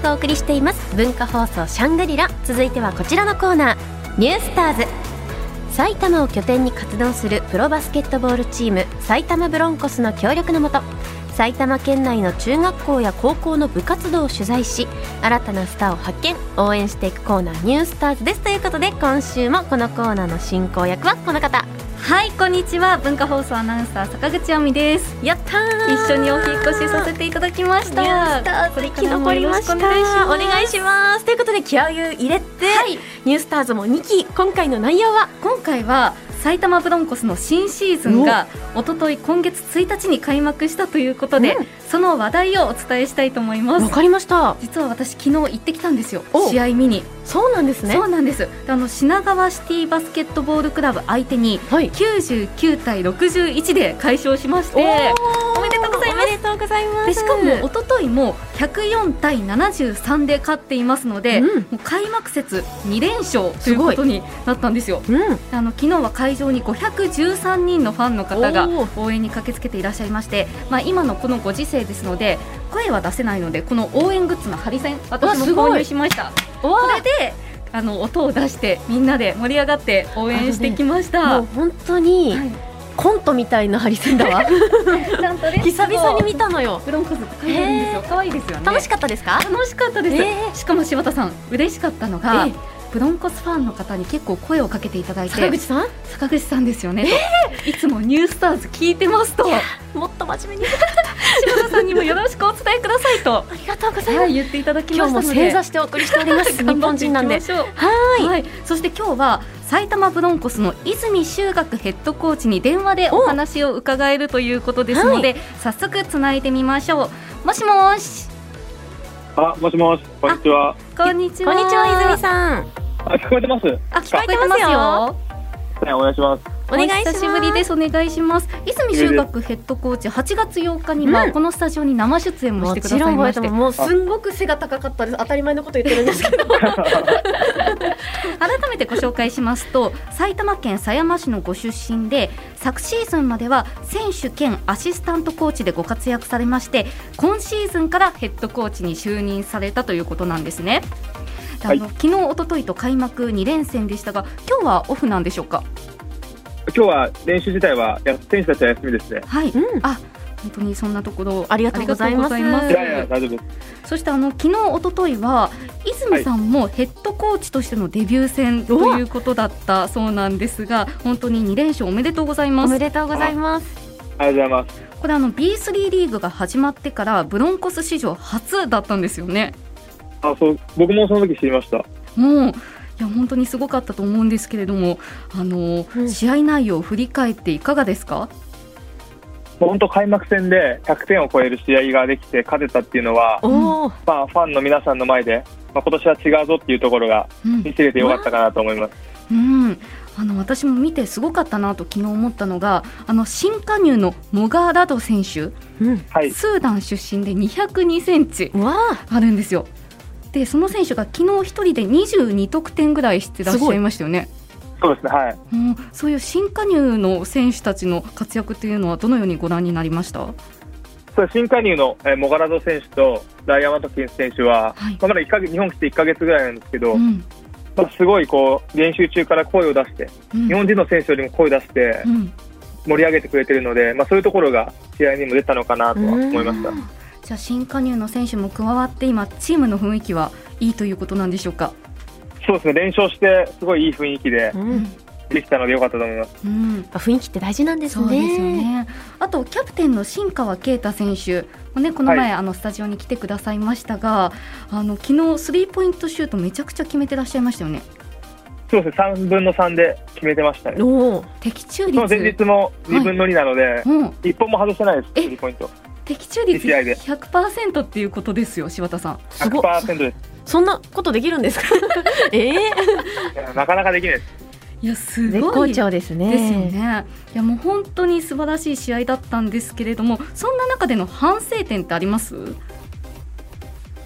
送りしています文化放送シャングリラ続いてはこちらのコーナーニュースターズ埼玉を拠点に活動するプロバスケットボールチーム埼玉ブロンコスの協力のもと埼玉県内の中学校や高校の部活動を取材し新たなスターを発見応援していくコーナー「ニュースターズですということで今週もこのコーナーの進行役はこの方はいこんにちは文化放送アナウンサー坂口亜美ですやったー一緒にお引っ越しさせていただきましニュースタたーズ生き残りましたこれからもよろしくおお願願いいししますということで気合を入れて、ますはいニュースターズも2期今回の内容は今回は埼玉ブロンコスの新シーズンが一昨日今月1日に開幕したということで、うんその話題をお伝えしたいと思いますわかりました実は私昨日行ってきたんですよお試合見に、そうなんですねそうなんですであの品川シティバスケットボールクラブ相手にはい99対61で快勝しましおてーおめでとうございますおめでとうございますでしかも一昨日も104対73で勝っていますので、うんもう開幕節2連勝ということになったんですようんあの昨日は会場に513人のファンの方がお応援に駆けつけていらっしゃいまして、まあ、今のこのご時世ですので声は出せないのでこの応援グッズのハリセン私もすごい購入しましたおこれであの音を出してみんなで盛り上がって応援してきました、もう本当にはいコントみたいなハリセンだわちゃんと ね 久々に見たのよブロンコスって書いてあるんですよへ可愛いですよね楽しかったですか楽しかったです、えしかも柴田さん嬉しかったのが、ええブロンコスファンの方に結構声をかけていただいて坂口さん坂口さんですよね、といつも「ニュースターズ聞いてますともっと真面目に柴田さんにもよろしくお伝えくださいとありがとうございます、はい言っていただきま今日しもたの正で座してお送りしてお ります日本人なんでははいい、はい、そして今日は埼玉ブロンコスの泉修学ヘッドコーチに電話でお話を伺えるということですので、早速つないでみましょうもしもしあ、もしもし、こんにちは。こんにちこはんにちは泉さんあ、聞こえてます。ね、あ聞こえてま聞こえすてよまお願いします。お願いします久しぶりですお願いします泉修学ヘッドコーチ8月8日にはうんこのスタジオに生出演もしもてくちだろさんい覚えましててももうすんごく背が高かったです当たり前のこと言ってるんですけど改めてご紹介しますと埼玉県狭山市のご出身で昨シーズンまでは選手兼アシスタントコーチでご活躍されまして今シーズンからヘッドコーチに就任されたということなんですね。あのはい昨日一昨日と開幕2連戦でしたが今日はオフなんでしょうか今日は練習自体は、や、選手たちは休みですね。はい、うんあ本当にそんなところありがとうございますありがとうございうんやいや、大丈夫です。そしてあの昨日一昨日は泉さんもヘッドコーチとしてのデビュー戦ということだったそうなんですが本当に2連勝おめでとうございまおすめ。でとうございますありがとうございます。これあの B3 リーグが始まってからブロンコス史上初だったんですよね。あ、そう、僕もその時知りました。もういや本当にすごかったと思うんですけれども、あの、うん試合内容を振り返っていかがですか？本当開幕戦で100点を超える試合ができて勝てたっていうのは、おおまあ、ファンの皆さんの前で、まあ、今年は違うぞっていうところがうん見せれてよかったかなと思います。うん、あの私も見てすごかったなと昨日思ったのが、あの新加入のモガーラド選手、うんはい。スーダン出身で202センチうわあるんですよ。でその選手が昨日一人で22得点ぐらいしてらっしゃいましたよね。そうですね。はい。うん、そういう新加入の選手たちの活躍というのはどのようにご覧になりました、そう新加入の、えー、モガラド選手とダイヤマトキンス選手は、はいまあ、まだ一ヶ月日本来て1ヶ月ぐらいなんですけど、うんまあ、すごいこう練習中から声を出して、うん日本人の選手よりも声出してうん盛り上げてくれてるので、まあ、そういうところが試合にも出たのかなとは思いましたうんじゃあ新加入の選手も加わって今チームの雰囲気はいいということなんでしょうか、そうですね連勝してすごいいい雰囲気でうんうんやっできたので良かったと思いますうんぱ雰囲気って大事なんですそうですよねねあとキャプテンの新川圭太選手も、ね、この前、はいあのスタジオに来てくださいましたがあの昨日スリーポイントシュートめちゃくちゃ決めてらっしゃいましたよねそうですね3分の3で決めてましたねおお的中その前率、日も2分の2なので、うん、一1本も外してないですえスリーポイント的中率いい試合で100%っていうことですよ柴田さん。すごい100%ですそんなことできるんです かええいやなかなかできないですいやす絶ご好い調ですねですよね。いやもう本当に素晴らしい試合だったんですけれども、そんな中での反省点ってあります？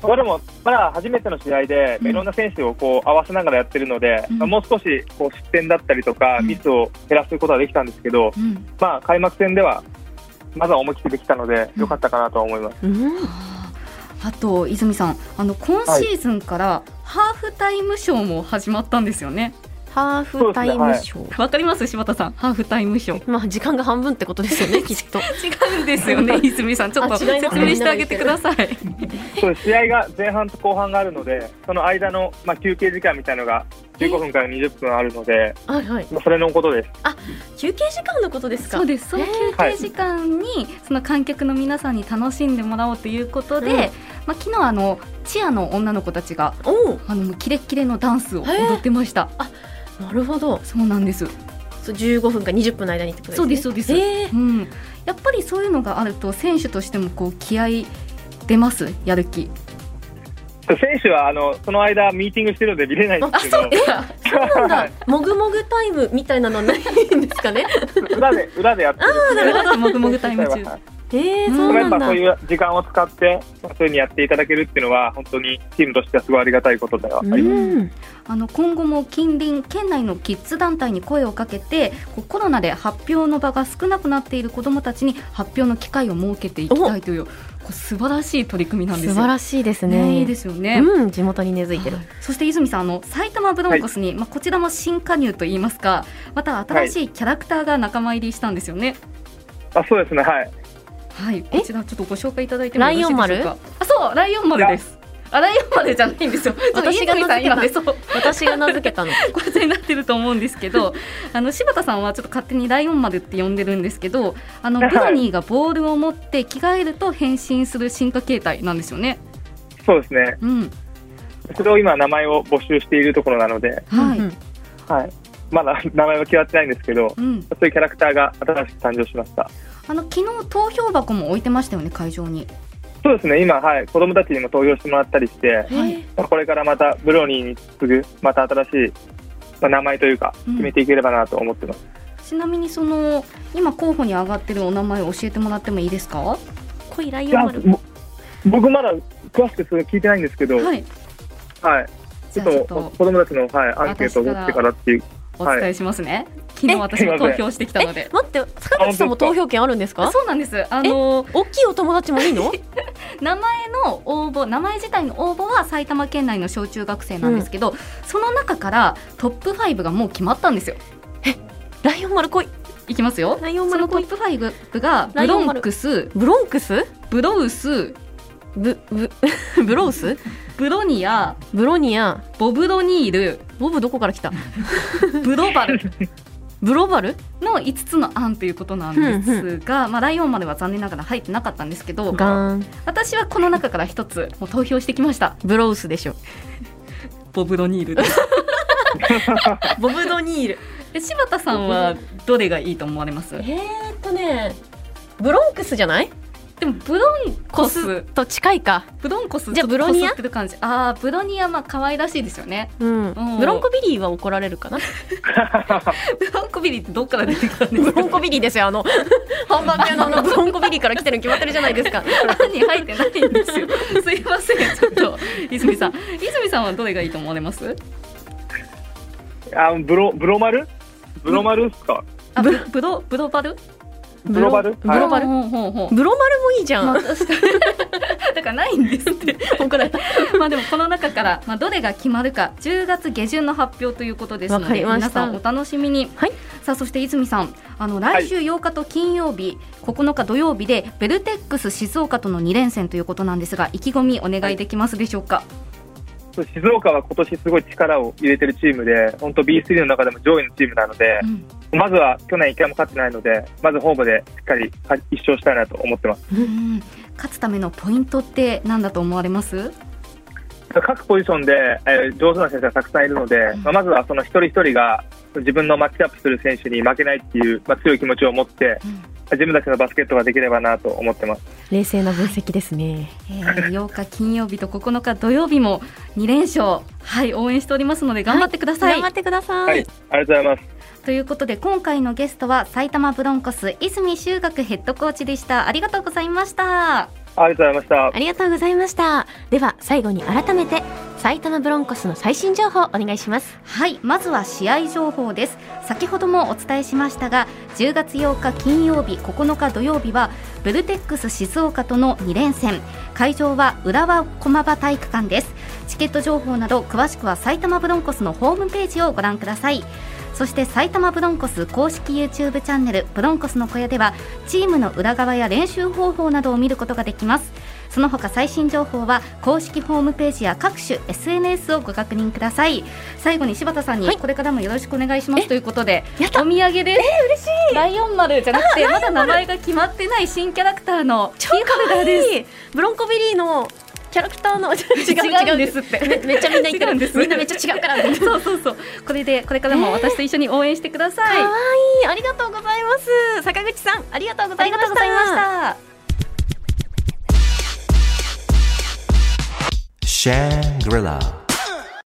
まあでもまだ初めての試合で、うんいろんな選手をこう合わせながらやってるので、うんまあもう少しこう失点だったりとか、うんミスを減らすことはできたんですけど、うん。まあ、 開幕戦ではまずは思い切ってできたので良かったかなとは思いますうんああと泉さんあの今シーズンからハーフタイムショーも始まったんですよねハーフタイムショー、わかります柴田さんハーフタイムショーまあ時間が半分ってことですよねきっと違うんですよね 泉さんちょっとあ説違います明してあげてくださいそうです試合が前半と後半があるのでその間の、まあ、休憩時間みたいのが15分から20分あるので、はいはいまあ、それのことです休憩時間のことですかそうですそのえ休ー憩時間にその観客の皆さんに楽しんでもらおうということで、うんまあ、昨日あのチアの女の子たちがおおあのもうキレッキレのダンスを踊ってました、なるほどそうなんです、そう15分か20分の間にってことですねそうですそうですえーうん、やっぱりそういうのがあると選手としてもこう気合い出ますやる気選手はあのその間ミーティングしてるので見れないんですけど なんだもぐもぐタイムみたいなのはないんですか ね裏で裏でやってるんでなるほどもぐもぐタイム中はいえー、うそんでうもやなっんぱだそういう時間を使って、まあそういうふうにやっていただけるっていうのは、本当にチームとしてはすごいありがたいことではあります。うんあの今後も近隣県内のキッズ団体に声をかけてこうコロナで発表の場が少なくなっている子どもたちに発表の機会を設けていきたいというこう素晴らしい取り組みなんです素よ晴らしいですねねいいですよね、うん地元に根付いてる、はいそして泉さんあの埼玉ブロンコスに、まあ、こちらも新加入といいますかまた新しいキャラクターが仲間入りしたんですよねあ、そうですね、はい。はい、えこちらちょっとご紹介いただいてもよろしいでしょうかライオン丸あそうライオン丸ですあライオン丸じゃないんですよ私が名付けたちょっと泉さん今ねそう私が名付けた のごちゃになってると思うんですけどあの柴田さんはちょっと勝手にライオン丸って呼んでるんですけどあのはブいロニーがボールを持って着替えると変身する進化形態なんですよねそうですね。うんそれを今、名前を募集しているところなので、はい、ううんうんんはい。まだ 名前は決まってないんですけど、そういうキャラクターが新しく誕生しました。あの昨日投票箱も置いてましたよね会場にそうですね、今、はい、子供たちにも投票してもらったりしはて、はいい、まあこれからまたブロニーに次ぐ、また新しい、まあ名前というか、うん決めていければなと思ってます。ちなみにその今候補に上がってるお名前を教えてもらってもいいですかは濃いラいイオやン丸、ぼ僕まだ詳しくそれ聞いてないんですけど、いはいじちょゃっあちょっとと子供たちの、はい、アンケートを持ってからっていう、お伝えしますね、昨日私も投票してきたのでえ待って坂口さんも投票権あるんですかそうなんですあの大きいお友達もいいの名前の応募名前自体の応募は埼玉県内の小中学生なんですけど、その中からトップ5がもう決まったんですよ ライオン丸濃いいきますよライオンそ丸のト濃いップ5がラブイオンロ丸ンクスブロンクスブロウス ブブブロウスブロニアブロニアボブロニールボブどこから来たブロバルブロバルの5つの案ということなんですが、まあ、ライオンまでは残念ながら入ってなかったんですけどガーン私はこの中から1つもう投票してきましたブロウスでしょボブロニールです ボブドニールで柴田さんはどれがいいと思われますえーっとねブロンクスじゃないでもブロンココススと近いかブロンコスじゃあちょっとブロニアこすってる感じああブロニアまあ可愛らしいですよねうんうんブロンコビリーは怒られるかな ブロンコビリってどっから出てくるんで ブす かロンコビリーですよあのハンバーグ屋のあのブロンコビリーから来てるに決まってるじゃないですか案に入ってないんですよ すいませんちょっと泉さん泉さんはどれがいいと思われますあブロブロマルブロマルっすか、あブブロブロバルブロバルブロバルほうほうほうブロマルもいいじゃまあん確かに だからないんですって怒られた まあでもこの中から、まあ、どれが決まるか10月下旬の発表ということですのわかりでました皆さんお楽しみに、はいさあそして泉さんあの来週8日と金曜日、9日土曜日でベルテックス静岡との2連戦ということなんですが意気込みお願いできますでしょうか、静岡は今年すごい力を入れてるチームで本当 B3 の中でも上位のチームなのでう、んまずは去年一回も勝ってないのでまずホームでしっかり勝一勝したいなと思ってますうん勝つためのポイントって何だと思われます各ポジションで、えー上手な選手がたくさんいるので、まあ、まずはその一人一人が自分のマッチアップする選手に負けないっていう、まあ、強い気持ちを持ってうん自分たちのバスケットができればなと思ってます冷静な分析ですねえー、8日金曜日と9日土曜日も2連勝、はい、応援しておりますので頑張ってください。頑張ってください、はい、ありがとうございますということで今回のゲストは埼玉ブロンコス泉修学ヘッドコーチでしたありがとうございましたありがとうございました。ありがとうございました。では最後に改めて埼玉ブロンコスの最新情報お願いします。はいまずは試合情報です先ほどもお伝えしましたが10月8日金曜日9日土曜日はブルテックス静岡との2連戦会場は浦和駒場体育館ですチケット情報など詳しくは埼玉ブロンコスのホームページをご覧くださいそして埼玉ブロンコス公式 YouTube チャンネル「ブロンコスの小屋」ではチームの裏側や練習方法などを見ることができますその他最新情報は公式ホームページや各種 SNS をご確認ください最後に柴田さんにはいこれからもよろしくお願いしますということで、やったお土産ですえ嬉しいライオン丸じゃなく てまだ名前が決まってない新キャラクターのキーホルダーですいいブロンコビリーのキャラクターの 違違うんですって めめっちゃみんな言って違うるんですみんなめっちゃ違う から。そうそうそうこれでこれからも私と一緒に応援してください、かわいいありがとうございます坂口さんありがとうごあざりいまがし。とうございましたた Shangri-La